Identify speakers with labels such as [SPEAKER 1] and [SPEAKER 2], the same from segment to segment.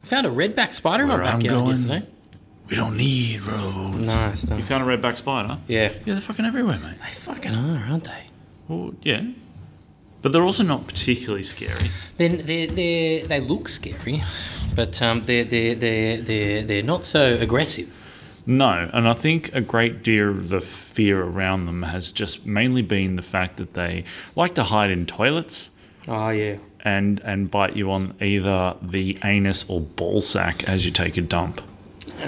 [SPEAKER 1] found a redback spider in my
[SPEAKER 2] Where I'm
[SPEAKER 1] backyard
[SPEAKER 2] going.
[SPEAKER 1] yesterday.
[SPEAKER 2] We don't need roads.
[SPEAKER 1] Nice,
[SPEAKER 2] You
[SPEAKER 1] nice.
[SPEAKER 2] found a redback spider?
[SPEAKER 1] Yeah.
[SPEAKER 2] Yeah, they're fucking everywhere, mate.
[SPEAKER 1] They fucking are, aren't they?
[SPEAKER 2] Well, yeah. But they're also not particularly scary.
[SPEAKER 1] Then they they they look scary, but um, they they they they they're not so aggressive.
[SPEAKER 2] No, and I think a great deal of the fear around them has just mainly been the fact that they like to hide in toilets
[SPEAKER 1] Oh yeah.
[SPEAKER 2] and and bite you on either the anus or ball sack as you take a dump.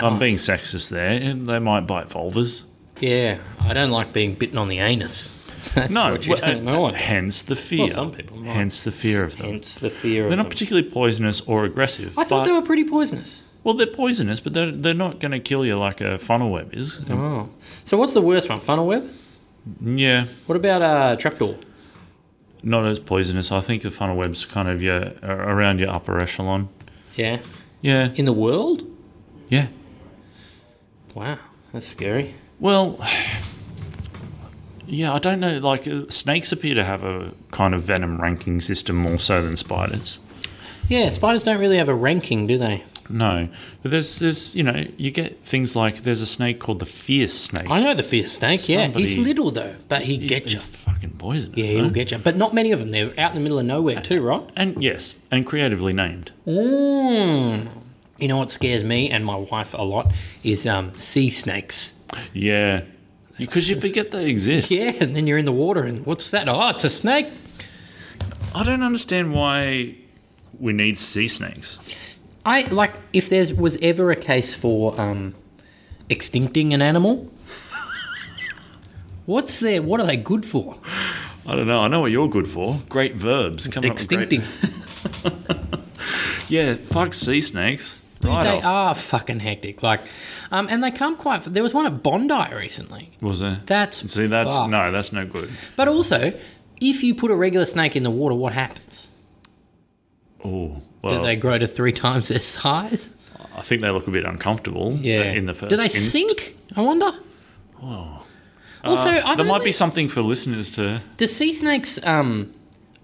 [SPEAKER 1] Oh.
[SPEAKER 2] I'm being sexist there. and They might bite vulvas.
[SPEAKER 1] Yeah, I don't like being bitten on the anus. That's
[SPEAKER 2] No,
[SPEAKER 1] what you
[SPEAKER 2] well,
[SPEAKER 1] don't know.
[SPEAKER 2] uh, hence the fear.
[SPEAKER 1] some people might.
[SPEAKER 2] Hence the fear of them.
[SPEAKER 1] Hence the fear
[SPEAKER 2] They're
[SPEAKER 1] of
[SPEAKER 2] not
[SPEAKER 1] them.
[SPEAKER 2] particularly poisonous or aggressive.
[SPEAKER 1] I thought
[SPEAKER 2] but-
[SPEAKER 1] they were pretty poisonous.
[SPEAKER 2] Well, they're poisonous, but they're, they're not going to kill you like a funnel web is.
[SPEAKER 1] Oh, so what's the worst one? Funnel web?
[SPEAKER 2] Yeah,
[SPEAKER 1] What about uh, trapdoor?
[SPEAKER 2] not as poisonous. I think the funnel web's kind of your ar- around your upper echelon.
[SPEAKER 1] Yeah,
[SPEAKER 2] Yeah,
[SPEAKER 1] in the world?
[SPEAKER 2] yeah.
[SPEAKER 1] Wow, that's scary.
[SPEAKER 2] Well, yeah, I don't know. Like uh, snakes appear to have a kind of venom ranking system more so than spiders.
[SPEAKER 1] Yeah, spiders don't really have a ranking, do they?
[SPEAKER 2] No, but there's there's you know you get things like there's a snake called the fierce snake.
[SPEAKER 1] I know the fierce snake. yeah,
[SPEAKER 2] Somebody-
[SPEAKER 1] he's little though, but he
[SPEAKER 2] He's-
[SPEAKER 1] gets you.
[SPEAKER 2] he's fucking poisonous.
[SPEAKER 1] Yeah,
[SPEAKER 2] though.
[SPEAKER 1] he'll get you. But not many of them. They're out in the middle of nowhere too, right?
[SPEAKER 2] and yes, and creatively named.
[SPEAKER 1] Mm. You know what scares me and my wife a lot is um, sea snakes.
[SPEAKER 2] Yeah, because you forget they exist.
[SPEAKER 1] Yeah, and then you're in the water, and what's that? Oh, it's a snake.
[SPEAKER 2] I don't understand why we need sea snakes.
[SPEAKER 1] I like if there was ever a case for um, extincting an animal. What's their? What are they good for?
[SPEAKER 2] I don't know. I know what you're good for. Great verbs. Coming
[SPEAKER 1] Extincting.
[SPEAKER 2] Up with great... Yeah, fuck sea snakes.
[SPEAKER 1] Dude,
[SPEAKER 2] Right
[SPEAKER 1] they
[SPEAKER 2] off.
[SPEAKER 1] are fucking hectic. Like, um, and they come quite. There was one at Bondi recently.
[SPEAKER 2] Was there?
[SPEAKER 1] That's
[SPEAKER 2] See, that's
[SPEAKER 1] fucked.
[SPEAKER 2] no, that's no good.
[SPEAKER 1] But also, if you put a regular snake in the water, what happens?
[SPEAKER 2] Oh,
[SPEAKER 1] Do
[SPEAKER 2] well,
[SPEAKER 1] they grow to three times their size?
[SPEAKER 2] I think they look a bit uncomfortable.
[SPEAKER 1] Yeah.
[SPEAKER 2] uh, in the first.
[SPEAKER 1] Do they
[SPEAKER 2] inst. Uh,
[SPEAKER 1] sink? I wonder. Whoa. Also, I
[SPEAKER 2] There
[SPEAKER 1] don't
[SPEAKER 2] might
[SPEAKER 1] know-
[SPEAKER 2] be something for listeners to.
[SPEAKER 1] Do sea snakes um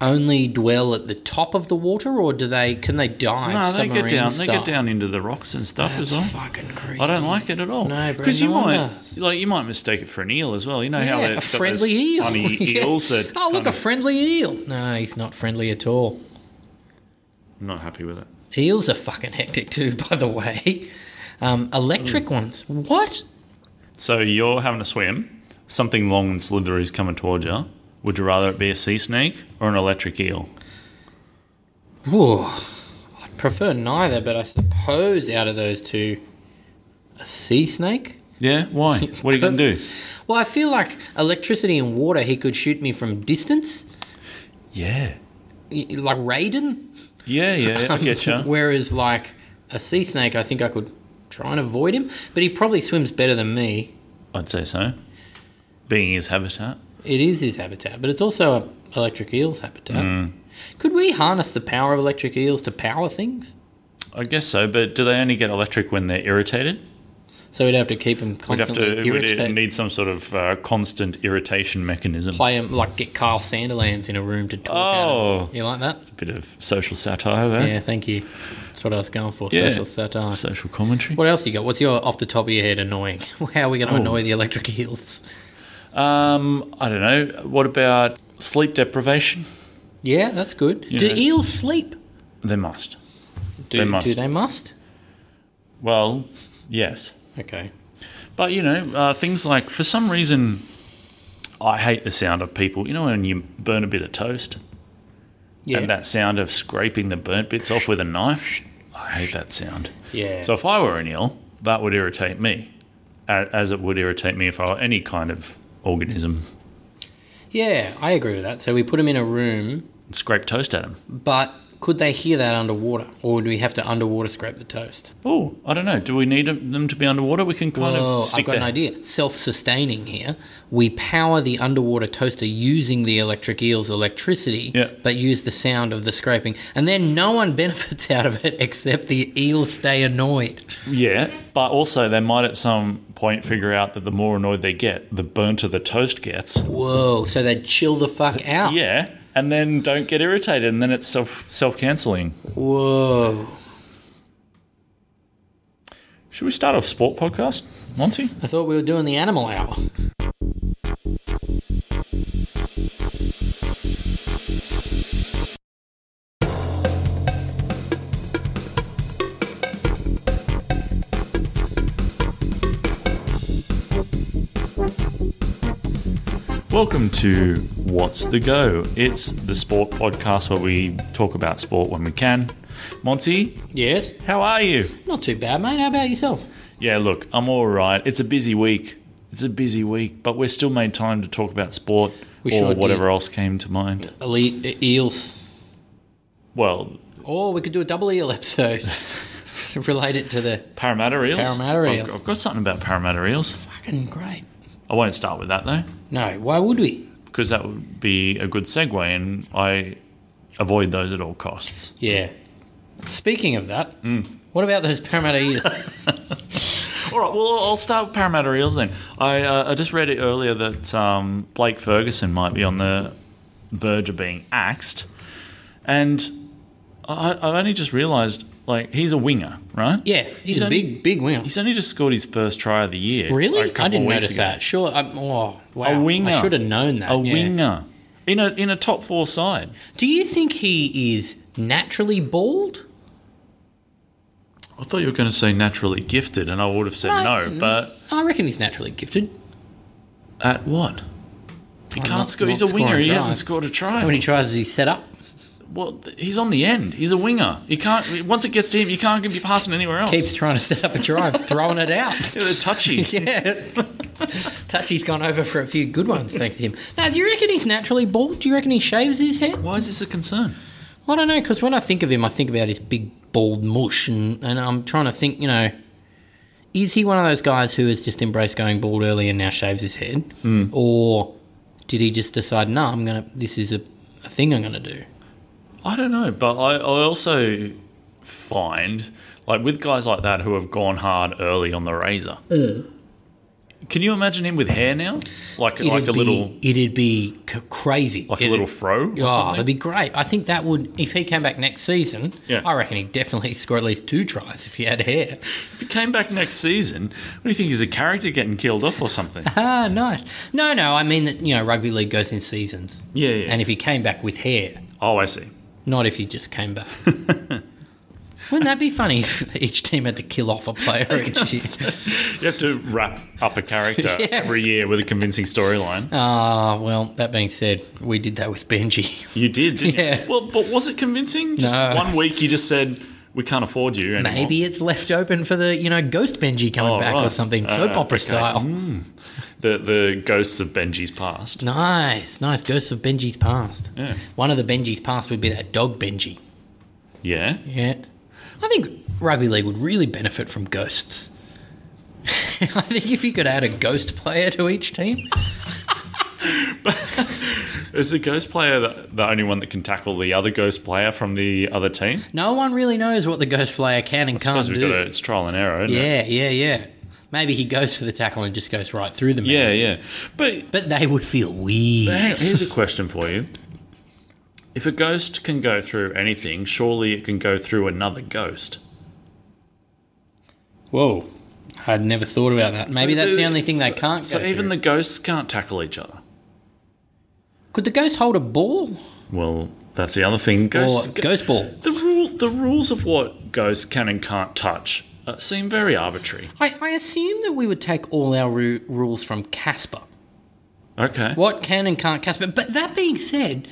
[SPEAKER 1] only dwell at the top of the water, or do they can they dive?
[SPEAKER 2] No, they
[SPEAKER 1] submarine
[SPEAKER 2] get down. They
[SPEAKER 1] style?
[SPEAKER 2] get down into the rocks and stuff
[SPEAKER 1] That's
[SPEAKER 2] as well.
[SPEAKER 1] fucking creepy.
[SPEAKER 2] I don't like it at all.
[SPEAKER 1] No, bro,
[SPEAKER 2] you
[SPEAKER 1] no one
[SPEAKER 2] might like you might mistake it for an eel as well. You know how
[SPEAKER 1] Yeah,
[SPEAKER 2] they've
[SPEAKER 1] a
[SPEAKER 2] got those
[SPEAKER 1] friendly eel.
[SPEAKER 2] funny
[SPEAKER 1] Yeah.
[SPEAKER 2] eels that.
[SPEAKER 1] Oh, look,
[SPEAKER 2] kind
[SPEAKER 1] a
[SPEAKER 2] of-
[SPEAKER 1] friendly eel. No, he's not friendly at all.
[SPEAKER 2] I'm not happy with it.
[SPEAKER 1] Eels are fucking hectic too, by the way. Um, electric
[SPEAKER 2] Hmm.
[SPEAKER 1] ones. What?
[SPEAKER 2] So you're having a swim. Something long and slithery is coming towards you. Would you rather it be a sea snake or an electric eel?
[SPEAKER 1] Whew. I'd prefer neither, but I suppose out of those two, a sea snake.
[SPEAKER 2] Yeah, why? What are you going to do?
[SPEAKER 1] Well, I feel like electricity and water. He could shoot me from distance,
[SPEAKER 2] Yeah,
[SPEAKER 1] y- like Raiden. Um,
[SPEAKER 2] yeah, yeah. I get you.
[SPEAKER 1] Whereas, like a sea snake, I think I could try and avoid him, but he probably swims better than me.
[SPEAKER 2] I'd say so. Being his habitat.
[SPEAKER 1] It is his habitat, but it's also a electric eel's habitat.
[SPEAKER 2] Hmm.
[SPEAKER 1] Could we harness the power of electric eels to power things?
[SPEAKER 2] I guess so, but do they only get electric when they're irritated?
[SPEAKER 1] So we'd have to keep him
[SPEAKER 2] We'd have
[SPEAKER 1] constantly
[SPEAKER 2] to we'd
[SPEAKER 1] irritated.
[SPEAKER 2] need some sort of uh, constant irritation mechanism.
[SPEAKER 1] Play him like get Carl Sanderlands in a room to talk.
[SPEAKER 2] Oh.
[SPEAKER 1] at him. you like that?
[SPEAKER 2] Bit of social satire there.
[SPEAKER 1] Yeah, thank you. That's what I was going for.
[SPEAKER 2] Yeah.
[SPEAKER 1] Social satire.
[SPEAKER 2] Social commentary.
[SPEAKER 1] What else you got? What's your off the top of your head annoying? How are we going to annoy the electric eels?
[SPEAKER 2] Um, I don't know. What about sleep deprivation?
[SPEAKER 1] Yeah, that's good.
[SPEAKER 2] You
[SPEAKER 1] do
[SPEAKER 2] know.
[SPEAKER 1] eels sleep?
[SPEAKER 2] They must.
[SPEAKER 1] Do
[SPEAKER 2] They must.
[SPEAKER 1] Do they must?
[SPEAKER 2] Well, yes.
[SPEAKER 1] Okay.
[SPEAKER 2] But you know, uh, things like for some reason, I hate the sound of people. You know, when you burn a bit of toast
[SPEAKER 1] Yeah.
[SPEAKER 2] and that sound of scraping the burnt bits off with a knife. I hate that sound.
[SPEAKER 1] yeah.
[SPEAKER 2] So if I were an eel, that would irritate me, a- as it would irritate me if I were any kind of organism.
[SPEAKER 1] yeah, I agree with that. So we put them in a room,
[SPEAKER 2] Scrape toast at them.
[SPEAKER 1] but could they hear that underwater, or would we have to underwater scrape the toast?
[SPEAKER 2] Oh, I don't know. Do we need them to be underwater? We can kind
[SPEAKER 1] Well,
[SPEAKER 2] of
[SPEAKER 1] Oh,
[SPEAKER 2] stick
[SPEAKER 1] I've got
[SPEAKER 2] their
[SPEAKER 1] an idea. Self-sustaining here. We power the underwater toaster using the electric eel's electricity,
[SPEAKER 2] Yeah.
[SPEAKER 1] but use the sound of the scraping, and then no one benefits out of it except the eels stay annoyed.
[SPEAKER 2] Yeah, but also they might at some point figure out that the more annoyed they get, the burnt the toast gets.
[SPEAKER 1] Whoa! So they chill the fuck out.
[SPEAKER 2] Yeah, and then don't get irritated, and then it's self self canceling.
[SPEAKER 1] Whoa.
[SPEAKER 2] Should we start off sport podcast, Monty?
[SPEAKER 1] I thought we were doing the animal hour.
[SPEAKER 2] Welcome to What's the Go? It's the sport podcast where we talk about sport when we can. Monty,
[SPEAKER 1] Yes,
[SPEAKER 2] how are you?
[SPEAKER 1] not too bad, mate. How about yourself?
[SPEAKER 2] Yeah, look, I'm all right. It's a busy week. It's a busy week, but we still made time to talk about sport
[SPEAKER 1] We
[SPEAKER 2] or
[SPEAKER 1] sure
[SPEAKER 2] whatever
[SPEAKER 1] did.
[SPEAKER 2] else came to mind.
[SPEAKER 1] Elite e- eels.
[SPEAKER 2] Well,
[SPEAKER 1] Or we could do a double eel episode. Relate it to the
[SPEAKER 2] Parramatta Eels.
[SPEAKER 1] Parramatta
[SPEAKER 2] I've-
[SPEAKER 1] Eels.
[SPEAKER 2] I've got something about Parramatta Eels.
[SPEAKER 1] fucking great.
[SPEAKER 2] I won't start with that though,
[SPEAKER 1] No, why would we?
[SPEAKER 2] because that would be a good segue, and I avoid those at all costs.
[SPEAKER 1] Yeah. Speaking of that,
[SPEAKER 2] Mm.
[SPEAKER 1] what about those Parramatta eels?
[SPEAKER 2] All right, well, I'll start with Parramatta Eels then. I, uh, I just read it earlier that um, Blake Ferguson might be on the verge of being axed. And I, I've only just realised, like, he's a winger, right?
[SPEAKER 1] yeah, he's, a
[SPEAKER 2] only-
[SPEAKER 1] big, big winger.
[SPEAKER 2] He's only just scored his first try of the year. like, a
[SPEAKER 1] Really?
[SPEAKER 2] couple
[SPEAKER 1] I
[SPEAKER 2] of
[SPEAKER 1] didn't
[SPEAKER 2] weeks
[SPEAKER 1] notice
[SPEAKER 2] ago.
[SPEAKER 1] that. Sure. I'm, oh, wow.
[SPEAKER 2] A winger.
[SPEAKER 1] I should have known that.
[SPEAKER 2] A
[SPEAKER 1] yeah.
[SPEAKER 2] winger. In a, in a top four side.
[SPEAKER 1] Do you think he is naturally bald?
[SPEAKER 2] I thought you were going to say naturally gifted, and I would have said
[SPEAKER 1] No.
[SPEAKER 2] no, but
[SPEAKER 1] I reckon he's naturally gifted.
[SPEAKER 2] at what? He
[SPEAKER 1] Oh,
[SPEAKER 2] can't
[SPEAKER 1] not-
[SPEAKER 2] score.
[SPEAKER 1] not
[SPEAKER 2] He's a
[SPEAKER 1] scoring
[SPEAKER 2] winger. He
[SPEAKER 1] tries.
[SPEAKER 2] hasn't scored a try.
[SPEAKER 1] How many tries does he set up?
[SPEAKER 2] Well, th- he's on the end. He's a winger. He can't. Once it gets to him, you can't be passing anywhere else.
[SPEAKER 1] Keeps trying to set up a drive, throwing it out.
[SPEAKER 2] They're touchy.
[SPEAKER 1] Yeah. Touchy's gone over for a few good ones thanks to him. Now, do you reckon he's naturally bald? Do you reckon he shaves his head?
[SPEAKER 2] Why is this a concern?
[SPEAKER 1] I don't know, because when I think of him, I think about his big bald mush, and, and I'm trying to think, you know, is he one of those guys who has just embraced going bald early and now shaves his head?
[SPEAKER 2] Hmm.
[SPEAKER 1] Or did he just decide, no, I'm going to, this is a, a thing I'm going to do?
[SPEAKER 2] I don't know, but I, I also find like with guys like that who have gone hard early on the razor.
[SPEAKER 1] Uh.
[SPEAKER 2] Can you imagine him with hair now? Like like a
[SPEAKER 1] be,
[SPEAKER 2] little
[SPEAKER 1] It'd be c- crazy.
[SPEAKER 2] like a
[SPEAKER 1] It'd-
[SPEAKER 2] little fro. Or
[SPEAKER 1] Oh,
[SPEAKER 2] something?
[SPEAKER 1] that'd be great. I think that would, if he came back next season,
[SPEAKER 2] Yeah.
[SPEAKER 1] I reckon he'd definitely score at least two tries if he had hair.
[SPEAKER 2] If he came back next season, what do you think? He's a character getting killed off or something?
[SPEAKER 1] Ah, nice. No, no, I mean that, you know, rugby league goes in seasons.
[SPEAKER 2] Yeah, yeah.
[SPEAKER 1] And if he came back with hair,
[SPEAKER 2] oh, I see.
[SPEAKER 1] not if he just came back. Wouldn't that be funny if each team had to kill off a player each year?
[SPEAKER 2] You have to wrap up a character every year with a convincing storyline.
[SPEAKER 1] Ah, well, that being said, we did that with Benji.
[SPEAKER 2] You did, didn't
[SPEAKER 1] Yeah.
[SPEAKER 2] you? Well, but was it convincing? Just
[SPEAKER 1] No.
[SPEAKER 2] one week you just said, we can't afford you anymore.
[SPEAKER 1] Maybe it's left open for the, you know, ghost Benji coming
[SPEAKER 2] Oh,
[SPEAKER 1] back or
[SPEAKER 2] right.
[SPEAKER 1] something,
[SPEAKER 2] Uh,
[SPEAKER 1] soap opera
[SPEAKER 2] okay.
[SPEAKER 1] style.
[SPEAKER 2] The, the ghosts of Benji's past.
[SPEAKER 1] Nice, nice. Ghosts of Benji's past.
[SPEAKER 2] Yeah.
[SPEAKER 1] One of the Benji's past would be that dog Benji.
[SPEAKER 2] Yeah.
[SPEAKER 1] Yeah. I think rugby league would really benefit from ghosts. I think if you could add a ghost player to each team,
[SPEAKER 2] Is the ghost player the, the only one that can tackle the other ghost player from the other team?
[SPEAKER 1] no one really knows what the ghost player can and can't
[SPEAKER 2] Because we've got
[SPEAKER 1] do.
[SPEAKER 2] a, it's trial and error, isn't it?
[SPEAKER 1] yeah, yeah, yeah. Maybe he goes for the tackle and just goes right through them.
[SPEAKER 2] Yeah, yeah. But
[SPEAKER 1] But they would feel weird.
[SPEAKER 2] hang on, here's a question for you. If a ghost can go through anything, surely it can go through another ghost.
[SPEAKER 1] Whoa. I'd never thought about that. Maybe
[SPEAKER 2] So
[SPEAKER 1] that's the only thing they
[SPEAKER 2] so-
[SPEAKER 1] can't
[SPEAKER 2] So
[SPEAKER 1] go
[SPEAKER 2] even
[SPEAKER 1] through.
[SPEAKER 2] the ghosts can't tackle each other.
[SPEAKER 1] Could the ghost hold a ball
[SPEAKER 2] Well, that's the other thing. Ghosts,
[SPEAKER 1] or ghost ball?
[SPEAKER 2] The rule, the rules of what ghosts can and can't touch uh, seem very arbitrary.
[SPEAKER 1] I, I assume that we would take all our ru- rules from Casper.
[SPEAKER 2] Okay.
[SPEAKER 1] what can and can't Casper. But that being said,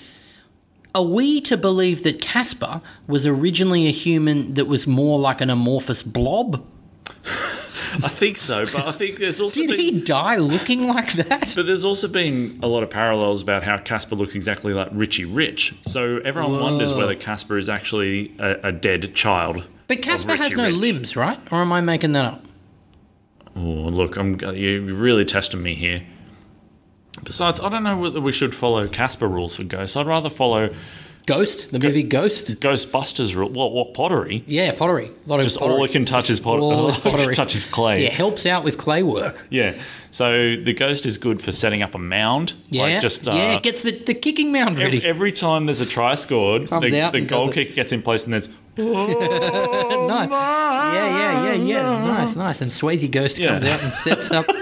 [SPEAKER 1] are we to believe that Casper was originally a human that was more like an amorphous blob?
[SPEAKER 2] I think so, but I think there's also
[SPEAKER 1] Did
[SPEAKER 2] been,
[SPEAKER 1] he die looking like that?
[SPEAKER 2] but there's also been a lot of parallels about how Casper looks exactly like Richie Rich. So everyone wonders whether Casper is actually a, a dead child.
[SPEAKER 1] But Casper has
[SPEAKER 2] Richie
[SPEAKER 1] no
[SPEAKER 2] Rich.
[SPEAKER 1] limbs, right? Or am I making that up?
[SPEAKER 2] Oh, look, I'm you're really testing me here. Besides, I don't know whether we should follow Casper rules for ghosts. I'd rather follow
[SPEAKER 1] Ghost, the movie Ghost.
[SPEAKER 2] Ghostbusters rule. What? What pottery?
[SPEAKER 1] Yeah, pottery. A lot of
[SPEAKER 2] Just
[SPEAKER 1] pottery.
[SPEAKER 2] all it can touch is pot-
[SPEAKER 1] All
[SPEAKER 2] all
[SPEAKER 1] is
[SPEAKER 2] it can
[SPEAKER 1] pottery.
[SPEAKER 2] touch is clay.
[SPEAKER 1] yeah, helps out with clay work.
[SPEAKER 2] Yeah. So the ghost is good for setting up a mound.
[SPEAKER 1] Yeah,
[SPEAKER 2] Like just uh,
[SPEAKER 1] yeah, it gets the, the kicking mound ready.
[SPEAKER 2] every, every time there's a try scored,
[SPEAKER 1] Comes
[SPEAKER 2] the,
[SPEAKER 1] out
[SPEAKER 2] the
[SPEAKER 1] and
[SPEAKER 2] goal
[SPEAKER 1] does it.
[SPEAKER 2] kick gets in place and there's
[SPEAKER 1] nice. Yeah, yeah, yeah, yeah. Nice, nice. And Swayze Ghost
[SPEAKER 2] Yeah.
[SPEAKER 1] comes out and sets up. A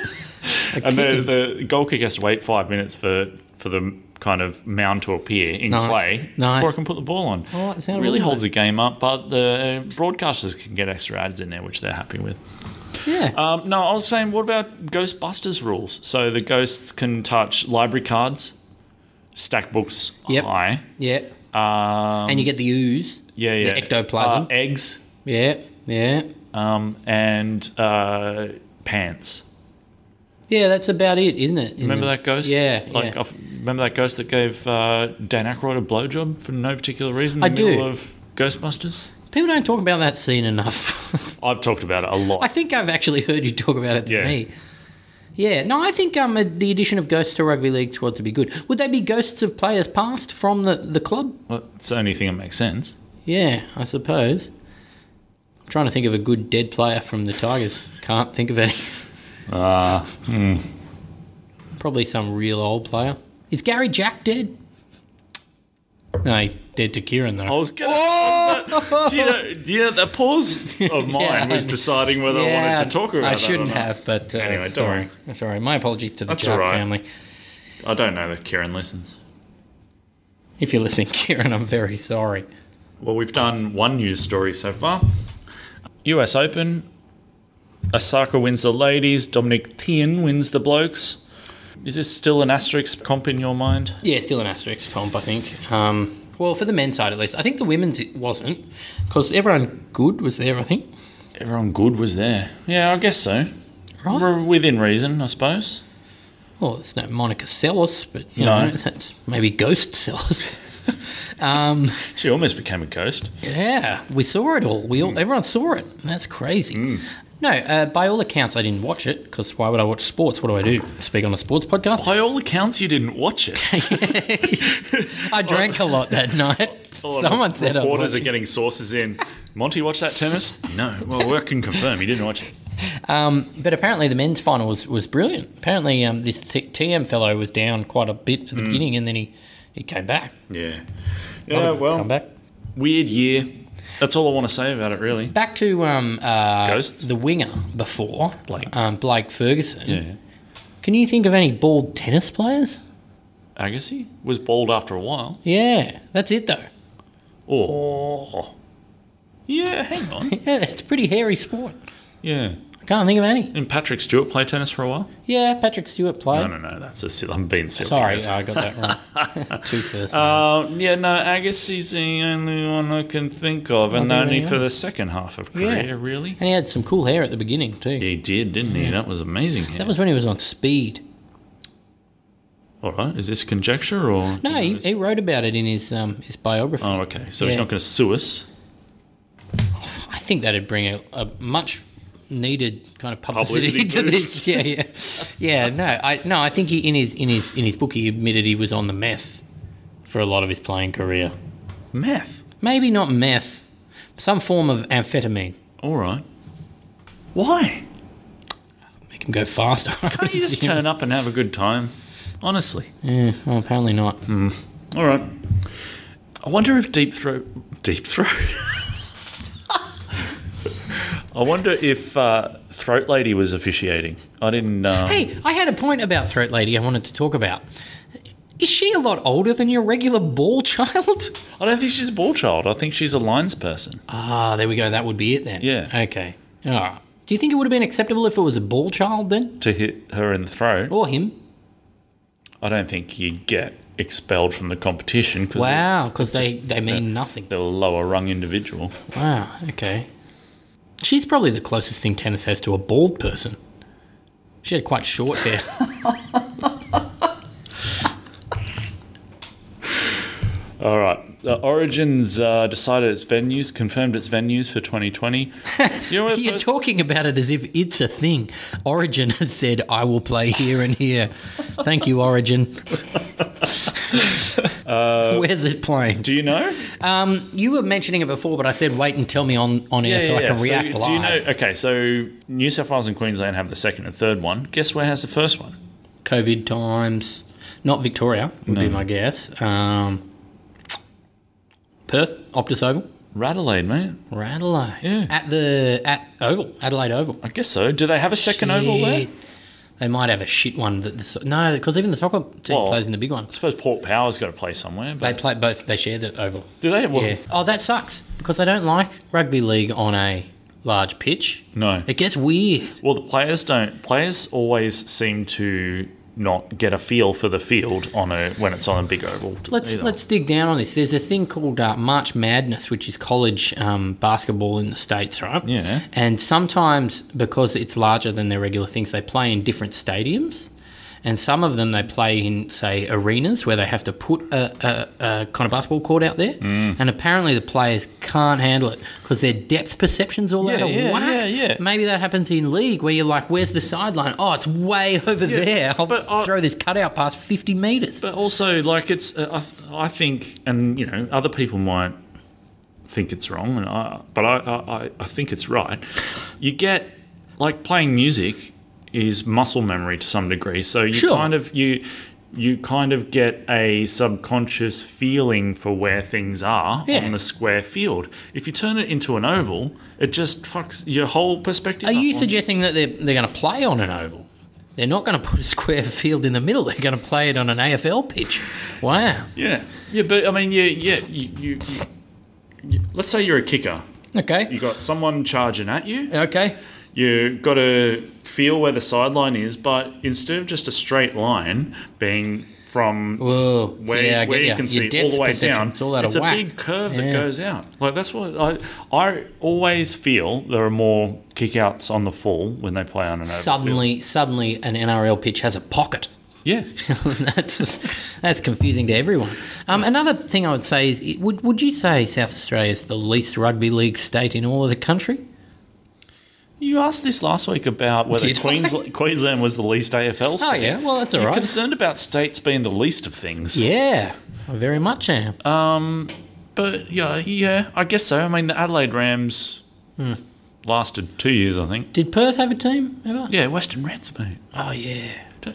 [SPEAKER 1] kicking.
[SPEAKER 2] And the, the goal kick has to wait five minutes for, for the kind of mound to appear in
[SPEAKER 1] Nice.
[SPEAKER 2] clay
[SPEAKER 1] Nice.
[SPEAKER 2] before I can put the ball on.
[SPEAKER 1] Oh, that sounded
[SPEAKER 2] really
[SPEAKER 1] really
[SPEAKER 2] holds the game up, but the broadcasters can get extra ads in there, which they're happy with.
[SPEAKER 1] yeah.
[SPEAKER 2] Um, no, I was saying, what about Ghostbusters rules? So the ghosts can touch library cards, stack books
[SPEAKER 1] Yep.
[SPEAKER 2] high.
[SPEAKER 1] yeah.
[SPEAKER 2] Um,
[SPEAKER 1] and you get the ooze.
[SPEAKER 2] yeah, yeah.
[SPEAKER 1] The ectoplasm.
[SPEAKER 2] Uh, eggs
[SPEAKER 1] yeah, yeah.
[SPEAKER 2] um, and uh, pants.
[SPEAKER 1] Yeah, that's about it, isn't it?
[SPEAKER 2] Remember that ghost?
[SPEAKER 1] Mm. Yeah,
[SPEAKER 2] Like, uh,
[SPEAKER 1] yeah.
[SPEAKER 2] I f- remember that ghost that gave uh, Dan Aykroyd a blowjob for no particular reason in
[SPEAKER 1] I
[SPEAKER 2] the
[SPEAKER 1] do.
[SPEAKER 2] middle of Ghostbusters?
[SPEAKER 1] People don't talk about that scene enough.
[SPEAKER 2] I've talked about it a lot.
[SPEAKER 1] I think I've actually heard you talk about it to
[SPEAKER 2] Yeah.
[SPEAKER 1] me. Yeah, no, I think um, the addition of ghosts to rugby league squads would be good. Would they be ghosts of players past from the, the club?
[SPEAKER 2] Well, it's the only thing that makes sense.
[SPEAKER 1] Yeah, I suppose. I'm trying to think of a good dead player from the Tigers. Can't think of any.
[SPEAKER 2] Uh,
[SPEAKER 1] Probably some real old player. Is Gary Jack dead? No, he's dead to Kieran,
[SPEAKER 2] I
[SPEAKER 1] though.
[SPEAKER 2] was going to. Do you know, do you know, that pause of mine was deciding whether I wanted to talk about
[SPEAKER 1] I
[SPEAKER 2] that or
[SPEAKER 1] shouldn't
[SPEAKER 2] not.
[SPEAKER 1] have, but uh,
[SPEAKER 2] Anyway, don't
[SPEAKER 1] sorry.
[SPEAKER 2] worry.
[SPEAKER 1] I'm Sorry, my apologies to the
[SPEAKER 2] That's
[SPEAKER 1] Jack
[SPEAKER 2] all right.
[SPEAKER 1] family.
[SPEAKER 2] I don't know that Kieran listens.
[SPEAKER 1] If you're listening, Kieran, I'm very sorry.
[SPEAKER 2] Well, we've done one news story so far. US Open. Osaka wins the ladies. Dominic Thien wins the blokes. Is this still an asterisk comp in your mind?
[SPEAKER 1] Yeah, still an asterisk comp, I think. Um, well, for the men's side at least. I think the women's it wasn't, because everyone good was there, I think.
[SPEAKER 2] Everyone good was there. Yeah, I guess so.
[SPEAKER 1] Right?
[SPEAKER 2] We're within reason, I suppose.
[SPEAKER 1] Well, it's no Monica Sellis, but you
[SPEAKER 2] No.
[SPEAKER 1] know, that's maybe Ghost Sellis. um,
[SPEAKER 2] She almost became a ghost.
[SPEAKER 1] yeah, we saw it all. We all, everyone saw it. And that's crazy. No, uh, by all accounts, I didn't watch it because why would I watch sports? What do I do? Speak on a sports podcast?
[SPEAKER 2] By all accounts, you didn't watch it.
[SPEAKER 1] I drank a lot that night.
[SPEAKER 2] All of
[SPEAKER 1] Someone
[SPEAKER 2] the
[SPEAKER 1] said I
[SPEAKER 2] reporters are
[SPEAKER 1] watched.
[SPEAKER 2] getting sources in. Monty watched that tennis? No. Well, we can confirm he didn't watch it.
[SPEAKER 1] Um, but apparently, the men's final was, was brilliant. Apparently, um, this t- TM fellow was down quite a bit at the
[SPEAKER 2] Hmm.
[SPEAKER 1] beginning, and then he, he came back.
[SPEAKER 2] Yeah.
[SPEAKER 1] Another
[SPEAKER 2] Yeah.
[SPEAKER 1] good
[SPEAKER 2] Well,
[SPEAKER 1] comeback.
[SPEAKER 2] weird year. That's all I want to say about it, really.
[SPEAKER 1] Back to um, uh,
[SPEAKER 2] Ghosts?
[SPEAKER 1] the winger before
[SPEAKER 2] Blake.
[SPEAKER 1] um, Blake Ferguson.
[SPEAKER 2] Yeah.
[SPEAKER 1] Can you think of any bald tennis players?
[SPEAKER 2] Agassi was bald after a while.
[SPEAKER 1] Yeah, that's it though.
[SPEAKER 2] Oh. Yeah. Hang on.
[SPEAKER 1] Yeah, it's a pretty hairy sport.
[SPEAKER 2] yeah.
[SPEAKER 1] I can't think of any.
[SPEAKER 2] And Patrick Stewart played tennis for a while.
[SPEAKER 1] Yeah, Patrick Stewart played.
[SPEAKER 2] No, no, no. That's a silly. I'm being silly.
[SPEAKER 1] Sorry, uh, I got that wrong. Two first.
[SPEAKER 2] Uh, yeah, no, Agassi's the only one I can think of, and
[SPEAKER 1] there
[SPEAKER 2] only
[SPEAKER 1] you
[SPEAKER 2] for
[SPEAKER 1] go.
[SPEAKER 2] the second half of
[SPEAKER 1] Yeah.
[SPEAKER 2] career, really.
[SPEAKER 1] and he had some cool hair at the beginning too.
[SPEAKER 2] He did, didn't he? That was amazing. hair.
[SPEAKER 1] That was when he was on speed.
[SPEAKER 2] All right, is this conjecture or
[SPEAKER 1] No, he, he wrote about it in his um, his biography.
[SPEAKER 2] Oh, okay. So
[SPEAKER 1] Yeah.
[SPEAKER 2] he's not going to sue us.
[SPEAKER 1] I think that'd bring a, a much needed kind of publicity,
[SPEAKER 2] Publicity
[SPEAKER 1] to
[SPEAKER 2] boost.
[SPEAKER 1] this. Yeah, yeah, yeah. No, I no, I think he in his in his in his book he admitted he was on the meth for a lot of his playing career.
[SPEAKER 2] Meth.
[SPEAKER 1] Maybe not meth, some form of amphetamine.
[SPEAKER 2] All right. Why?
[SPEAKER 1] Make him go faster.
[SPEAKER 2] Can't you just turn up and have a good time? Honestly.
[SPEAKER 1] yeah, well, apparently not.
[SPEAKER 2] Hmm. All right. I wonder if Deep Throat. Deep Throat? I wonder if uh, Throat Lady was officiating. I didn't. Uh,
[SPEAKER 1] Hey, I had a point about Throat Lady I wanted to talk about. Is she a lot older than your regular ball child?
[SPEAKER 2] I don't think she's a ball child. I think she's a lines person.
[SPEAKER 1] Ah, there we go. That would be it then.
[SPEAKER 2] Yeah.
[SPEAKER 1] Okay. All right. Do you think it would have been acceptable if it was a ball child then?
[SPEAKER 2] To hit her in the throat,
[SPEAKER 1] Or him?
[SPEAKER 2] I don't think you get expelled from the competition because
[SPEAKER 1] Wow, because they, they mean nothing.
[SPEAKER 2] they're a lower rung individual.
[SPEAKER 1] Wow, okay. She's probably the closest thing tennis has to a bald person. She had quite short hair.
[SPEAKER 2] All right. The Origins uh, decided its venues, confirmed its venues for 2020. You know where the
[SPEAKER 1] You're
[SPEAKER 2] first-
[SPEAKER 1] talking about it as if it's a thing. Origin has said, I will play here and here. Thank you, Origin.
[SPEAKER 2] Uh,
[SPEAKER 1] Where's it playing?
[SPEAKER 2] do you know?
[SPEAKER 1] Um, you were mentioning it before, but I said wait and tell me on, on air so I can react
[SPEAKER 2] so,
[SPEAKER 1] live.
[SPEAKER 2] Do you know? Okay, so New South Wales and Queensland have the second and third one. Guess where has the first one?
[SPEAKER 1] COVID times, not Victoria would be my guess. Um, Perth, Optus Oval.
[SPEAKER 2] Radelaide, mate.
[SPEAKER 1] Radelaide.
[SPEAKER 2] Yeah.
[SPEAKER 1] At the at Oval, Adelaide Oval.
[SPEAKER 2] I guess so. Do they have a second oval there?
[SPEAKER 1] Shit. They might have a shit one. That the, so- no, because even the soccer team
[SPEAKER 2] Well-
[SPEAKER 1] plays in the big one.
[SPEAKER 2] I suppose Port Power's got to play somewhere.
[SPEAKER 1] They
[SPEAKER 2] But
[SPEAKER 1] play both. They share the Oval.
[SPEAKER 2] do they? Well,
[SPEAKER 1] Yeah. Oh, that sucks because they don't like rugby league on a large pitch.
[SPEAKER 2] No.
[SPEAKER 1] It gets weird.
[SPEAKER 2] Well, the players don't. Players always seem to not get a feel for the field on a when it's on a big oval.
[SPEAKER 1] Let's
[SPEAKER 2] either.
[SPEAKER 1] let's dig down on this. There's a thing called uh, March Madness, which is college um, basketball in the states, right?
[SPEAKER 2] Yeah.
[SPEAKER 1] And sometimes because it's larger than their regular things, they play in different stadiums, and some of them they play in say arenas where they have to put a, a, a kind of basketball court out there,
[SPEAKER 2] Mm.
[SPEAKER 1] and apparently the players can't handle it because their depth perceptions all out of
[SPEAKER 2] yeah,
[SPEAKER 1] whack.
[SPEAKER 2] yeah, yeah.
[SPEAKER 1] Maybe that happens in league where you're like, "Where's the sideline? Oh, it's way over there. I'll
[SPEAKER 2] but uh, I-
[SPEAKER 1] throw this cutout past 50 meters."
[SPEAKER 2] But also, like it's, uh, I, I think, and you know, other people might think it's wrong, and I, but I, I, I- I think it's right. You get like playing music is muscle memory to some degree, so you
[SPEAKER 1] Sure.
[SPEAKER 2] kind of you you kind of get a subconscious feeling for where things are
[SPEAKER 1] Yeah.
[SPEAKER 2] on the square field. If you turn it into an oval, it just fucks your whole perspective.
[SPEAKER 1] Are
[SPEAKER 2] up
[SPEAKER 1] you
[SPEAKER 2] on-
[SPEAKER 1] suggesting that they're, they're going to play on an oval? They're not going to put a square field in the middle. They're going to play it on an AFL pitch. Wow.
[SPEAKER 2] Yeah, yeah, but I mean, yeah, yeah, you, you, you, you let's say you're a kicker.
[SPEAKER 1] Okay.
[SPEAKER 2] You got someone charging at you.
[SPEAKER 1] Okay.
[SPEAKER 2] You got to feel where the sideline is, but instead of just a straight line being from
[SPEAKER 1] Whoa.
[SPEAKER 2] where,
[SPEAKER 1] yeah, I get
[SPEAKER 2] where you
[SPEAKER 1] ya.
[SPEAKER 2] can
[SPEAKER 1] Your
[SPEAKER 2] see all
[SPEAKER 1] depth
[SPEAKER 2] the way
[SPEAKER 1] perception,
[SPEAKER 2] down,
[SPEAKER 1] It's all out
[SPEAKER 2] it's
[SPEAKER 1] of
[SPEAKER 2] a
[SPEAKER 1] whack.
[SPEAKER 2] big curve
[SPEAKER 1] Yeah.
[SPEAKER 2] that goes out. Like that's what I, I always feel. There are more kickouts on the fall when they play on an oval
[SPEAKER 1] Suddenly, suddenly, an NRL pitch has a pocket.
[SPEAKER 2] field. Yeah,
[SPEAKER 1] that's that's confusing to everyone. Um, another thing I would say is, it- would would you say South Australia is the least rugby league state in all of the country?
[SPEAKER 2] you asked this last week about whether
[SPEAKER 1] Did I?
[SPEAKER 2] Queensland, Queensland was the least AFL. State.
[SPEAKER 1] Oh yeah. Well, that's all
[SPEAKER 2] You're
[SPEAKER 1] right.
[SPEAKER 2] concerned about states being the least of things.
[SPEAKER 1] Yeah, I very much am.
[SPEAKER 2] Uh, But yeah, yeah, I guess so. I mean, the Adelaide Rams lasted two years, I think.
[SPEAKER 1] Did Perth have a team ever?
[SPEAKER 2] Yeah, Western Reds, mate.
[SPEAKER 1] Oh yeah.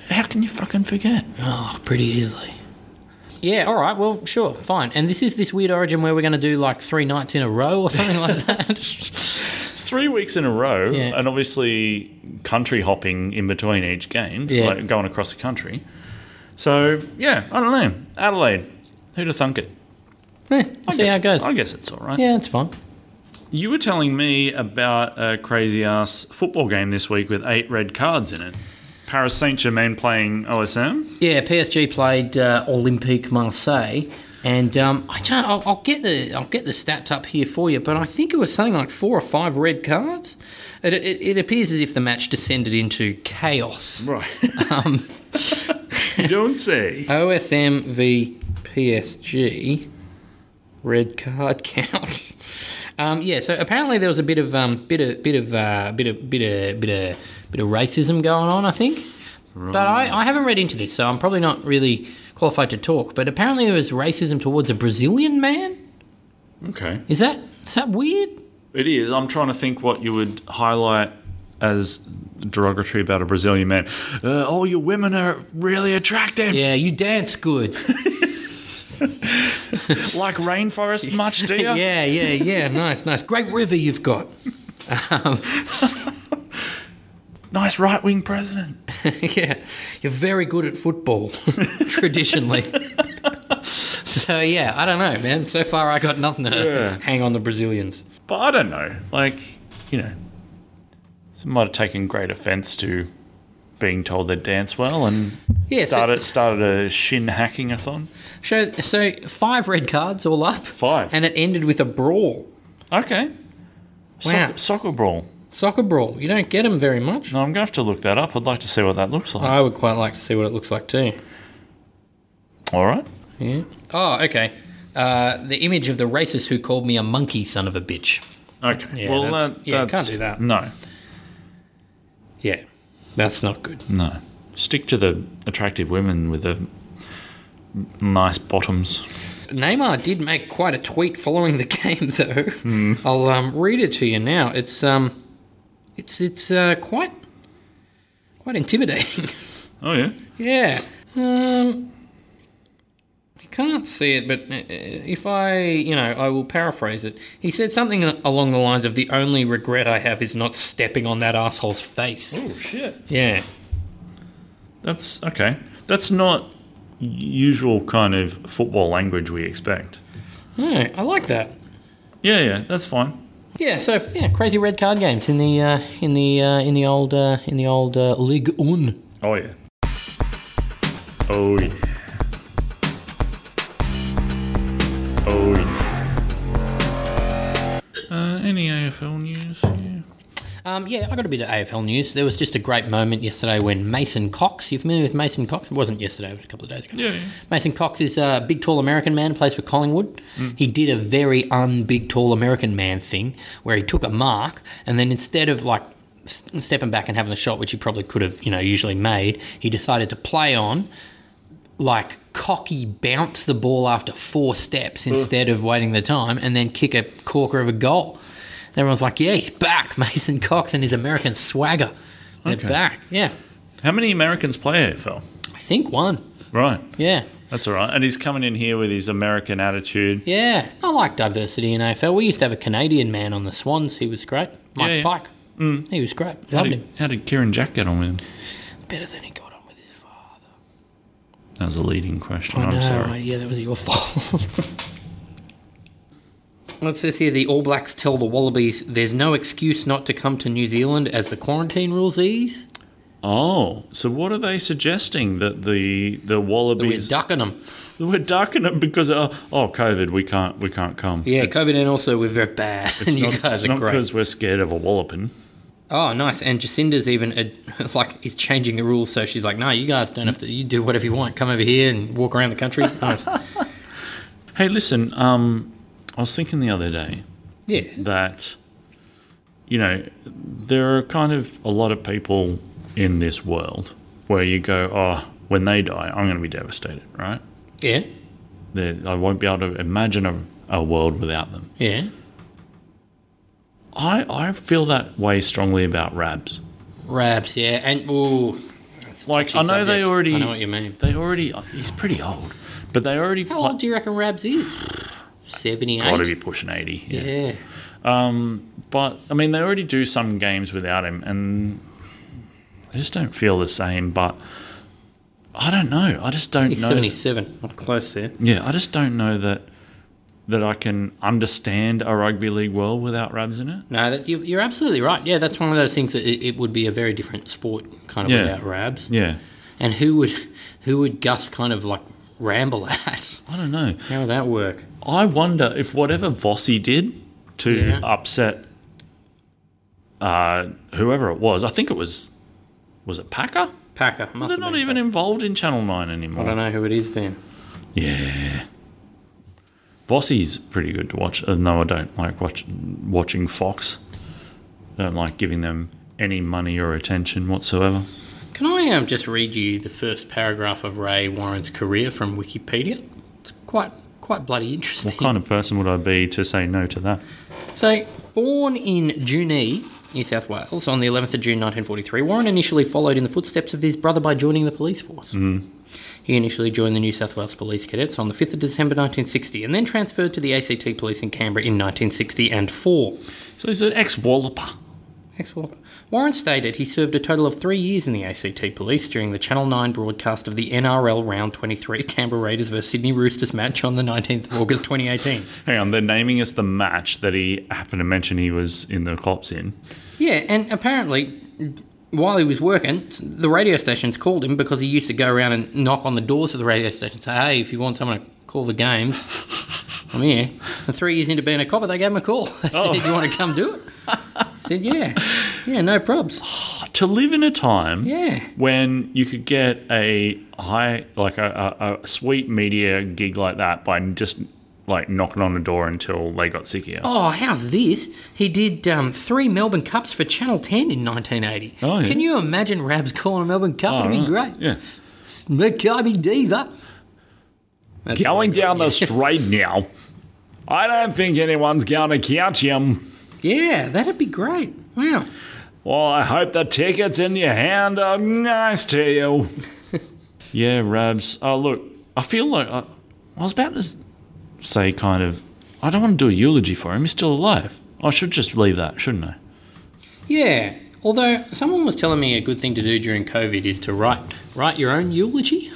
[SPEAKER 2] How can you fucking forget?
[SPEAKER 1] Oh, pretty easily. Yeah, all right, well, sure, fine. And this is this weird origin where we're going to do like three nights in a row or something like that.
[SPEAKER 2] It's three weeks in a row,
[SPEAKER 1] Yeah.
[SPEAKER 2] and obviously country hopping in between each game, so
[SPEAKER 1] Yeah.
[SPEAKER 2] like going across the country. So yeah, I don't know. Adelaide, who'd have thunk it?
[SPEAKER 1] Eh,
[SPEAKER 2] I
[SPEAKER 1] see
[SPEAKER 2] guess,
[SPEAKER 1] how it goes.
[SPEAKER 2] I guess it's all right.
[SPEAKER 1] Yeah, it's fine.
[SPEAKER 2] You were telling me about a crazy ass football game this week with eight red cards in it. Paris Saint Germain playing OSM.
[SPEAKER 1] Yeah, PSG played uh, Olympique Marseille, and um, I don't, I'll, I'll get the I'll get the stats up here for you, but I think it was something like four or five red cards. It, it, it appears as if the match descended into chaos. Um,
[SPEAKER 2] Right. you don't say.
[SPEAKER 1] OSM v PSG red card count. Um, yeah, so apparently there was a bit of um, bit of bit of uh, bit of bit of bit of bit of racism going on, I think. But I, I haven't read into this, so I'm probably not really qualified to talk. But apparently it was racism towards a Brazilian man.
[SPEAKER 2] Okay.
[SPEAKER 1] Is that is that weird?
[SPEAKER 2] It is. I'm trying to think what you would highlight as derogatory about a Brazilian man. Uh, oh, your women are really attractive.
[SPEAKER 1] Yeah, you dance good.
[SPEAKER 2] Like rainforests much, do you?
[SPEAKER 1] yeah, yeah, yeah. Nice, nice. Great river you've got.
[SPEAKER 2] Nice right wing president.
[SPEAKER 1] yeah, you're very good at football traditionally. so yeah, I don't know, man. So far, I got nothing to
[SPEAKER 2] Yeah.
[SPEAKER 1] hang on the Brazilians.
[SPEAKER 2] But I don't know. Like, you know, some might have taken great offense to being told they dance well and
[SPEAKER 1] Yeah, so-
[SPEAKER 2] started, started a shin hacking a thon.
[SPEAKER 1] So, so five red cards all up.
[SPEAKER 2] Five.
[SPEAKER 1] and it ended with a brawl,
[SPEAKER 2] Okay.
[SPEAKER 1] Wow.
[SPEAKER 2] Soc- soccer brawl.
[SPEAKER 1] soccer brawl. You don't get them very much.
[SPEAKER 2] No, I'm going to have to look that up. I'd like to see what that looks like.
[SPEAKER 1] I would quite like to see what it looks like too.
[SPEAKER 2] All right.
[SPEAKER 1] Yeah. Oh, okay. Uh, the image of the racist who called me a monkey son of a bitch.
[SPEAKER 2] Okay.
[SPEAKER 1] Yeah,
[SPEAKER 2] well,
[SPEAKER 1] that's-
[SPEAKER 2] that,
[SPEAKER 1] yeah,
[SPEAKER 2] that's,
[SPEAKER 1] can't do that.
[SPEAKER 2] No,
[SPEAKER 1] Yeah, that's not good.
[SPEAKER 2] no. Stick to the attractive women with the nice bottoms.
[SPEAKER 1] Neymar did make quite a tweet following the game, though. I'll um, read it to you now. It's um, it's it's uh, quite quite intimidating.
[SPEAKER 2] Oh yeah.
[SPEAKER 1] yeah. Um, I can't see it, but uh, if I, you know, I will paraphrase it. He said something along the lines of, "The only regret I have is not stepping on that asshole's face."
[SPEAKER 2] Oh shit.
[SPEAKER 1] Yeah,
[SPEAKER 2] That's okay. That's not usual kind of football language we expect.
[SPEAKER 1] no, I like that.
[SPEAKER 2] Yeah, yeah, that's fine.
[SPEAKER 1] Yeah, so yeah, crazy red card games in the uh, in the uh, in the old uh, in the old uh, Ligue One.
[SPEAKER 2] Oh yeah. Oh yeah. Oh yeah. Uh, any AFL news? Yeah.
[SPEAKER 1] Um, yeah, I got a bit of AFL news. There was just a great moment yesterday when Mason Cox. You familiar with Mason Cox? It wasn't yesterday. It was a couple of days ago.
[SPEAKER 2] Yeah, yeah.
[SPEAKER 1] Mason Cox is a big, tall American man. Plays for Collingwood. He did a very un-big, tall American man thing where he took a mark and then instead of like s- stepping back and having the shot, which he probably could have, you know, usually made, he decided to play on like cocky bounce the ball after four steps instead of waiting the time and then kick a corker of a goal. And everyone's like, yeah, he's back. Mason Cox and his American swagger. They're
[SPEAKER 2] Okay.
[SPEAKER 1] back. Yeah.
[SPEAKER 2] How many Americans play AFL?
[SPEAKER 1] I think one.
[SPEAKER 2] Right.
[SPEAKER 1] Yeah.
[SPEAKER 2] That's all right. And he's coming in here with his American attitude.
[SPEAKER 1] Yeah. I like diversity in AFL. We used to have a Canadian man on the Swans. He was great. Mike
[SPEAKER 2] Yeah, yeah.
[SPEAKER 1] Pike. He was great.
[SPEAKER 2] How
[SPEAKER 1] Loved
[SPEAKER 2] did,
[SPEAKER 1] him.
[SPEAKER 2] how did Kieran Jack get on with him?
[SPEAKER 1] Better than he got on with his father.
[SPEAKER 2] That was a leading question.
[SPEAKER 1] I
[SPEAKER 2] I'm
[SPEAKER 1] know,
[SPEAKER 2] sorry.
[SPEAKER 1] Oh, Yeah, that was your fault. It says here the All Blacks tell the Wallabies there's no excuse not to come to New Zealand as the quarantine rules ease.
[SPEAKER 2] Oh, so what are they suggesting that the the
[SPEAKER 1] That we're
[SPEAKER 2] wallabies
[SPEAKER 1] ducking them.
[SPEAKER 2] we're ducking them because oh, oh COVID we can't we can't come
[SPEAKER 1] Yeah,
[SPEAKER 2] It's-
[SPEAKER 1] COVID and also we're very bad. and
[SPEAKER 2] it's
[SPEAKER 1] you
[SPEAKER 2] not-
[SPEAKER 1] guys
[SPEAKER 2] it's
[SPEAKER 1] are
[SPEAKER 2] not
[SPEAKER 1] great.
[SPEAKER 2] because we're scared of a walloping
[SPEAKER 1] Oh, nice. And Jacinda's even uh, like is changing the rules, so she's like, "No, you guys don't have to. You do whatever you want. Come over here and walk around the country." Nice.
[SPEAKER 2] hey listen um I was thinking the other day
[SPEAKER 1] Yeah.
[SPEAKER 2] that you know there are kind of a lot of people in this world where you go oh when they die I'm going to be devastated right
[SPEAKER 1] Yeah.
[SPEAKER 2] They're, I won't be able to imagine a, a world without them
[SPEAKER 1] Yeah.
[SPEAKER 2] I I feel that way strongly about Rabs
[SPEAKER 1] Raps. Yeah. And ooh, that's a
[SPEAKER 2] Like,
[SPEAKER 1] touchy
[SPEAKER 2] I know they
[SPEAKER 1] subject.
[SPEAKER 2] already-
[SPEAKER 1] I know what you mean.
[SPEAKER 2] They already. He's pretty old, but they already.
[SPEAKER 1] How old do you reckon Rabs is? 78?
[SPEAKER 2] Got to be pushing eighty. Yeah.
[SPEAKER 1] Yeah.
[SPEAKER 2] But I mean, they already do some games without him, and I just don't feel the same. But I don't know. I just don't
[SPEAKER 1] He's
[SPEAKER 2] know.
[SPEAKER 1] 77. Not close there.
[SPEAKER 2] Yeah, I just don't know that that I can understand a rugby league world without Rabs in it.
[SPEAKER 1] No, that, you, you're absolutely right. Yeah, that's one of those things that it, it would be a very different sport kind of
[SPEAKER 2] Yeah.
[SPEAKER 1] without Rabs.
[SPEAKER 2] Yeah,
[SPEAKER 1] And who would who would Gus kind of like ramble at?
[SPEAKER 2] I don't know.
[SPEAKER 1] How would that work?
[SPEAKER 2] I wonder if whatever Vossi did to
[SPEAKER 1] Yeah.
[SPEAKER 2] upset uh, whoever it was. I think it was was it Packer.
[SPEAKER 1] Packer. Must
[SPEAKER 2] They're
[SPEAKER 1] have
[SPEAKER 2] not
[SPEAKER 1] been
[SPEAKER 2] even involved in Channel 9
[SPEAKER 1] Packer. I
[SPEAKER 2] anymore.
[SPEAKER 1] don't know who it is then.
[SPEAKER 2] Yeah. Bossy's pretty good to watch. Uh, no, I don't like watch, watching Fox. I don't like giving them any money or attention whatsoever.
[SPEAKER 1] Can I um, just read you the first paragraph of Ray Warren's career from Wikipedia? It's quite quite bloody interesting.
[SPEAKER 2] What kind of person would I be to say no to that?
[SPEAKER 1] So, born in Junee, New South Wales, on the 11th of June 1943, Warren initially followed in the footsteps of his brother by joining the police force. He initially joined the New South Wales Police Cadets on the 5th of December 1960 and then transferred to the ACT Police in Canberra in 1960 and 4.
[SPEAKER 2] So he's an ex walloper.
[SPEAKER 1] Excellent. Warren stated he served a total of three years in the ACT Police during the Channel 9 broadcast of the NRL Round 23 Canberra Raiders vs Sydney Roosters match on the 19th of August 2018.
[SPEAKER 2] Hang on, they're naming us the match that he happened to mention he was in the cops in.
[SPEAKER 1] Yeah, and apparently, while he was working, the radio stations called him because he used to go around and knock on the doors of the radio station and say, hey, if you want someone to call the games, I'm here. And three years into being a copper, they gave him a call. They
[SPEAKER 2] Oh.
[SPEAKER 1] said, you want to come do it? I said, yeah. Yeah, no probs.
[SPEAKER 2] To live in a time
[SPEAKER 1] Yeah.
[SPEAKER 2] when you could get a high like a, a, a sweet media gig like that by just like knocking on the door until they got sick of you.
[SPEAKER 1] Oh, how's this? He did um, three Melbourne Cups for Channel 10 in 1980.
[SPEAKER 2] Oh, yeah. Oh,
[SPEAKER 1] Can you imagine Rabs calling a Melbourne Cup? It'd be great.
[SPEAKER 2] Yeah.
[SPEAKER 1] Maccabi Diva. That's
[SPEAKER 2] Going
[SPEAKER 1] what I got,
[SPEAKER 2] down the
[SPEAKER 1] yeah.
[SPEAKER 2] straight now. I don't think anyone's going to catch him.
[SPEAKER 1] Yeah, that'd be great. Wow.
[SPEAKER 2] Well, I hope the tickets in your hand Uh, are nice to you. yeah, Rabs. Oh, look, I Uh, feel like I, I was about to s- say, kind of, I don't want to do a eulogy for him. He's still alive. I should just leave that, shouldn't I?
[SPEAKER 1] Yeah. Although someone was telling me a good thing to do during COVID is to write write your own eulogy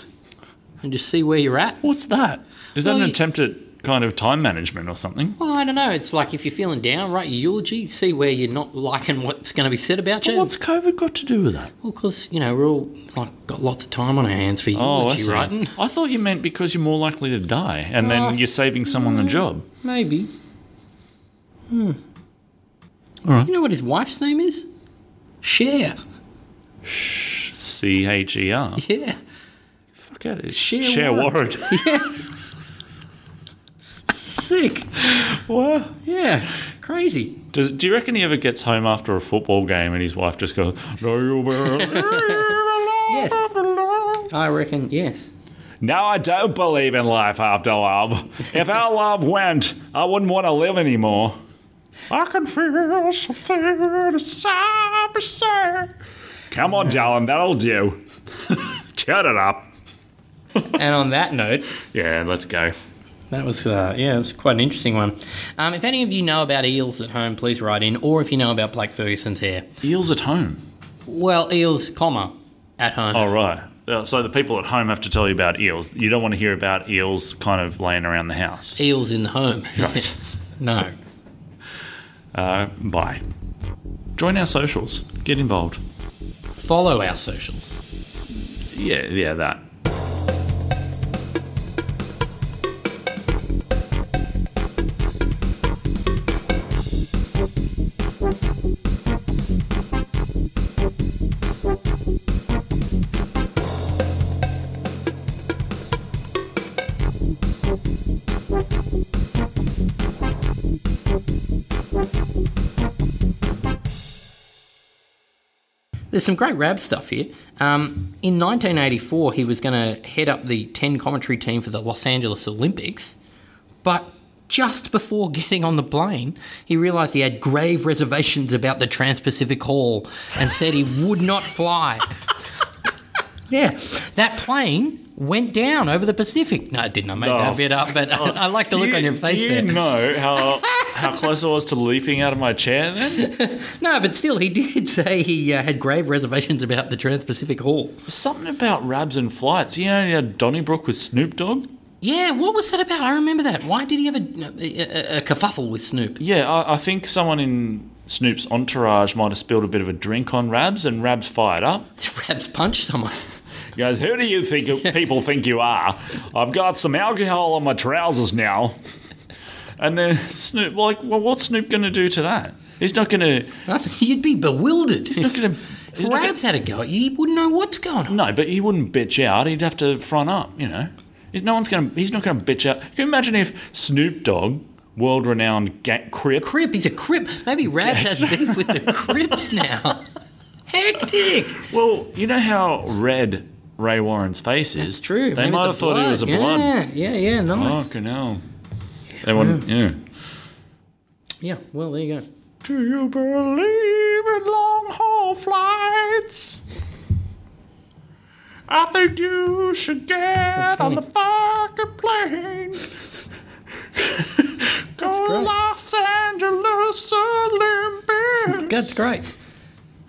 [SPEAKER 1] and just see where you're at.
[SPEAKER 2] What's that? Is that
[SPEAKER 1] Well,
[SPEAKER 2] an
[SPEAKER 1] you-
[SPEAKER 2] attempt at kind of time management or something?
[SPEAKER 1] Well, I don't know. It's like if you're feeling down, write your eulogy, see where you're not liking what's going to be said about you.
[SPEAKER 2] What's COVID got to do with that?
[SPEAKER 1] Well, because you know we're all like got lots of time on our hands for
[SPEAKER 2] Oh, I
[SPEAKER 1] eulogy
[SPEAKER 2] see.
[SPEAKER 1] writing.
[SPEAKER 2] I thought you meant because you're more likely to die, and
[SPEAKER 1] Oh.
[SPEAKER 2] then you're saving someone the job.
[SPEAKER 1] Maybe. Hmm.
[SPEAKER 2] All right.
[SPEAKER 1] You know what his wife's name is? Cher.
[SPEAKER 2] C H E R.
[SPEAKER 1] Yeah.
[SPEAKER 2] Fuck it.
[SPEAKER 1] Cher
[SPEAKER 2] Cher Warren.
[SPEAKER 1] Warren. Yeah. Sick.
[SPEAKER 2] Wow.
[SPEAKER 1] Yeah. Crazy.
[SPEAKER 2] Does, do you reckon he ever gets home after a football game and his wife just goes, "No, you
[SPEAKER 1] Yes. I reckon. Yes.
[SPEAKER 2] Now I don't believe in life after love. If our love went, I wouldn't want to live anymore. I can feel something inside me say, Come on, darling, that'll do. Turn it up.
[SPEAKER 1] and on that note,
[SPEAKER 2] Yeah, let's go.
[SPEAKER 1] that was uh, yeah, it was quite an interesting one. Um, if any of you know about eels at home, please write in, or if you know about Blake Ferguson's hair.
[SPEAKER 2] Eels at home.
[SPEAKER 1] Well, eels, comma, at home.
[SPEAKER 2] All right. Uh, So the people at home have to tell you about eels. You don't want to hear about eels kind of laying around the house.
[SPEAKER 1] Eels in the home.
[SPEAKER 2] Right.
[SPEAKER 1] no.
[SPEAKER 2] Uh, bye. Join our socials. Get involved.
[SPEAKER 1] Follow our socials.
[SPEAKER 2] Yeah, yeah, that.
[SPEAKER 1] There's some great Rab stuff here. Um, in 1984, he was going to head up the 10 commentary team for the Los Angeles Olympics, but just before getting on the plane, he realised he had grave reservations about the Trans Pacific Hall and said he would not fly. yeah, that plane went down over the Pacific. No, it didn't. I made
[SPEAKER 2] Oh,
[SPEAKER 1] that bit up, but I, I like the look on your face
[SPEAKER 2] Do you
[SPEAKER 1] there.
[SPEAKER 2] know how how close I was to leaping out of my chair then?
[SPEAKER 1] No, but still, he did say he uh, had grave reservations about the Trans Pacific Hall.
[SPEAKER 2] Something about rabs and flights. You know, you had Donnybrook with Snoop Dogg.
[SPEAKER 1] Yeah, what was that about? I remember that. Why did he have a, a, a, a kerfuffle with Snoop?
[SPEAKER 2] Yeah, I, I think someone in Snoop's entourage might have spilled a bit of a drink on Rabs, and Rabs fired up.
[SPEAKER 1] Rabs punched someone.
[SPEAKER 2] He goes, "Who do you think people think you are? I've got some alcohol on my trousers now." And then Snoop, like, well, what's Snoop going to do to that? He's not going to.
[SPEAKER 1] You'd be bewildered.
[SPEAKER 2] He's not going to.
[SPEAKER 1] If Rabs had a go at you, you wouldn't know what's going on.
[SPEAKER 2] No, but he wouldn't bitch out. He'd have to front up, you know. No one's going to. He's not going to bitch out. Can you imagine if Snoop Dogg, world renowned ga- crip,
[SPEAKER 1] Crip, he's a Crip. Maybe Rabs has beef with the Crips now. Hectic.
[SPEAKER 2] Well, you know how red Ray Warren's face is.
[SPEAKER 1] It's true.
[SPEAKER 2] They
[SPEAKER 1] Maybe
[SPEAKER 2] might have
[SPEAKER 1] it's a
[SPEAKER 2] thought he was a
[SPEAKER 1] yeah,
[SPEAKER 2] blood.
[SPEAKER 1] Yeah, yeah, nice.
[SPEAKER 2] Fucking hell. They wouldn't. Yeah. Oh.
[SPEAKER 1] Yeah, well, there you go.
[SPEAKER 2] Do you believe in long haul flights? I think you should get
[SPEAKER 1] funny.
[SPEAKER 2] on the fucking plane. Go to
[SPEAKER 1] great.
[SPEAKER 2] Los Angeles Olympics.
[SPEAKER 1] That's great.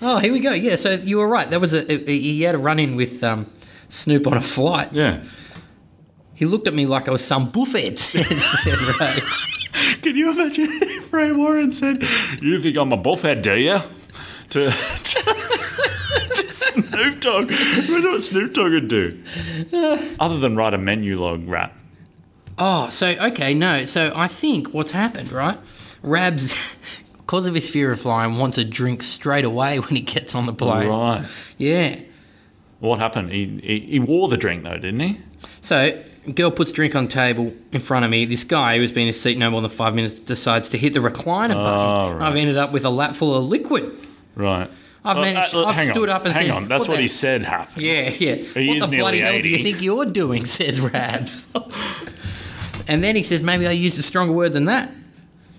[SPEAKER 1] Oh, here we go. Yeah, so you were right. That was a, a- he had a run in with um, Snoop on a flight.
[SPEAKER 2] Yeah.
[SPEAKER 1] He looked at me like I was some buffet. said Ray.
[SPEAKER 2] Can you imagine if Ray Warren said, You think I'm a buffhead, do you? To, to, to Snoop Dogg. Imagine what Snoop Dogg would do. Other than write a menu log rap.
[SPEAKER 1] Oh, so okay, no. So I think what's happened, right? Rabs, because of his fear of flying, wants a drink straight away when he gets on the plane.
[SPEAKER 2] Right.
[SPEAKER 1] Yeah.
[SPEAKER 2] What happened? He, he, he wore the drink, though, didn't he?
[SPEAKER 1] So girl puts drink on table in front of me. This guy who has been in his seat no more than five minutes decides to hit the recliner
[SPEAKER 2] Oh,
[SPEAKER 1] button.
[SPEAKER 2] right.
[SPEAKER 1] I've ended up with a lap full of liquid.
[SPEAKER 2] Right. Uh,
[SPEAKER 1] I've managed- I've
[SPEAKER 2] hang
[SPEAKER 1] stood
[SPEAKER 2] on,
[SPEAKER 1] up and
[SPEAKER 2] Hang
[SPEAKER 1] said,
[SPEAKER 2] on, that's
[SPEAKER 1] "What
[SPEAKER 2] what,
[SPEAKER 1] the-
[SPEAKER 2] he said happened.
[SPEAKER 1] Yeah, yeah. what
[SPEAKER 2] is
[SPEAKER 1] the
[SPEAKER 2] nearly
[SPEAKER 1] bloody hell do you
[SPEAKER 2] 80.
[SPEAKER 1] think you're doing? Says Rabs. and then he says, maybe I used a stronger word than that.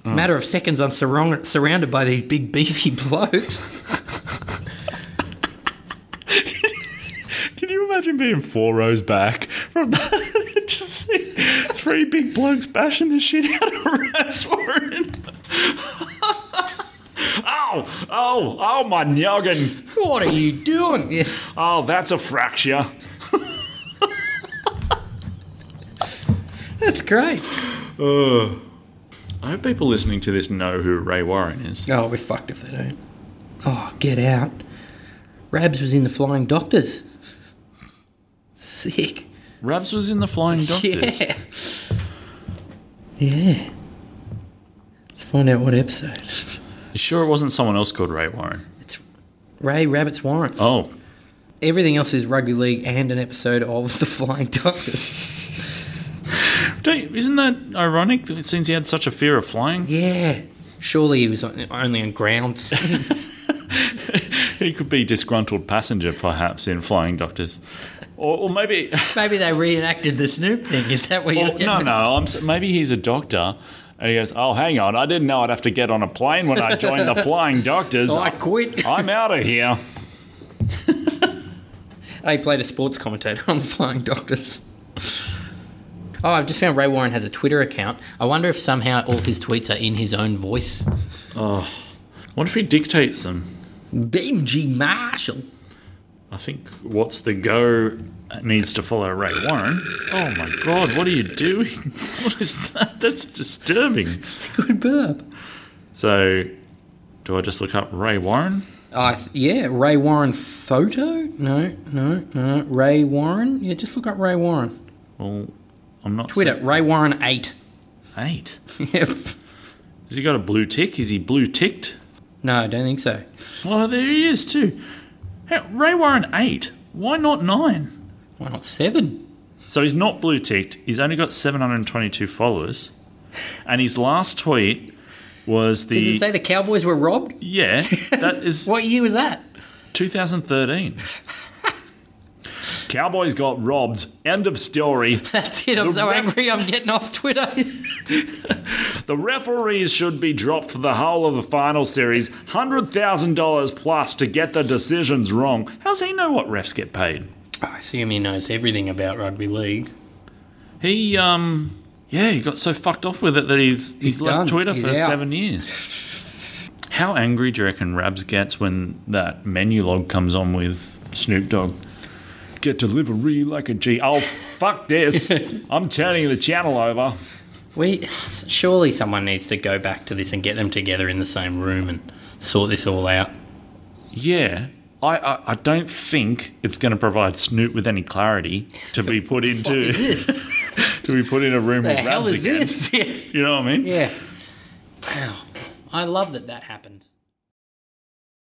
[SPEAKER 2] Mm.
[SPEAKER 1] Matter of seconds, I'm surround- surrounded by these big beefy blokes.
[SPEAKER 2] Can you imagine being four rows back from that? Just see Three big blokes bashing the shit out of Rasputin. Ow! Oh! Oh, my noggin!
[SPEAKER 1] What are you doing? Yeah.
[SPEAKER 2] Oh, that's a fracture.
[SPEAKER 1] That's great.
[SPEAKER 2] I hope people listening to this know who Ray Warren is.
[SPEAKER 1] Oh, we're fucked if they don't. Oh, get out. Rabs was in the Flying Doctors. Sick.
[SPEAKER 2] Rabs was in the Flying Doctors.
[SPEAKER 1] Yeah. Yeah. Let's find out what episode.
[SPEAKER 2] You sure it wasn't someone else called Ray Warren?
[SPEAKER 1] It's Ray Rabbit's Warrants.
[SPEAKER 2] Oh,
[SPEAKER 1] Everything else is rugby league and an episode of the Flying Doctors.
[SPEAKER 2] Don't, isn't that ironic? that Since he had such a fear of flying,
[SPEAKER 1] Yeah. Surely he was on- only on grounds.
[SPEAKER 2] he could be disgruntled passenger, perhaps, in Flying Doctors, or, or maybe.
[SPEAKER 1] Maybe they reenacted the Snoop thing. Is that what you're
[SPEAKER 2] Or, no, no. I'm, s- maybe he's a doctor, and he goes, "Oh, hang on, I didn't know I'd have to get on a plane when I joined the Flying Doctors.
[SPEAKER 1] Oh, I quit.
[SPEAKER 2] I'm out of here."
[SPEAKER 1] They played a sports commentator on the Flying Doctors. Oh, I've just found Ray Warren has a Twitter account. I wonder if somehow all his tweets are in his own voice.
[SPEAKER 2] What if he dictates them?
[SPEAKER 1] Benji Marshall.
[SPEAKER 2] I think what's the go needs to follow Ray Warren. Oh my God, what are you doing? What is that? That's disturbing.
[SPEAKER 1] Good burp.
[SPEAKER 2] So, do I just look up Ray Warren?
[SPEAKER 1] I th- yeah, Ray Warren photo? No, no, no. Ray Warren? Yeah, just look up Ray Warren.
[SPEAKER 2] Well, I'm not.
[SPEAKER 1] Twitter, Ray Warren 8.
[SPEAKER 2] se- eight.
[SPEAKER 1] Yep.
[SPEAKER 2] Has he got a blue tick? Is he blue ticked?
[SPEAKER 1] no, I don't think so.
[SPEAKER 2] Well, there he is too. Hey, Ray Warren eight. Why not nine?
[SPEAKER 1] Why not 7?
[SPEAKER 2] So he's not blue ticked. He's only got 722 followers, and his last tweet was
[SPEAKER 1] Does
[SPEAKER 2] the
[SPEAKER 1] it say the Cowboys were robbed?
[SPEAKER 2] yeah. That is
[SPEAKER 1] What year was that?
[SPEAKER 2] 2013. Cowboys got robbed. End of story.
[SPEAKER 1] That's it. I'm so
[SPEAKER 2] ref-
[SPEAKER 1] angry I'm getting off Twitter.
[SPEAKER 2] The referees should be dropped for the whole of the final series. $100,000 plus to get the decisions wrong. How's he know what refs get paid?
[SPEAKER 1] I assume he knows everything about rugby league.
[SPEAKER 2] He, um, yeah, he got so fucked off with it that he's, he's,
[SPEAKER 1] He's
[SPEAKER 2] left
[SPEAKER 1] done.
[SPEAKER 2] Twitter
[SPEAKER 1] He's
[SPEAKER 2] for
[SPEAKER 1] out.
[SPEAKER 2] seven years. How angry do you reckon Rabs gets when that menu log comes on with Snoop Dogg? Get delivery like a G. Oh, fuck this. I'm turning the channel over.
[SPEAKER 1] We surely someone needs to go back to this and get them together in the same room and sort this all out.
[SPEAKER 2] Yeah. I, I, I don't think it's going to provide Snoop with any clarity to be put
[SPEAKER 1] Is
[SPEAKER 2] into
[SPEAKER 1] this?
[SPEAKER 2] to be put in a room
[SPEAKER 1] the
[SPEAKER 2] with
[SPEAKER 1] hell
[SPEAKER 2] Rabs
[SPEAKER 1] is
[SPEAKER 2] again.
[SPEAKER 1] this?
[SPEAKER 2] You know what I mean?
[SPEAKER 1] yeah. Wow. I love that that happened.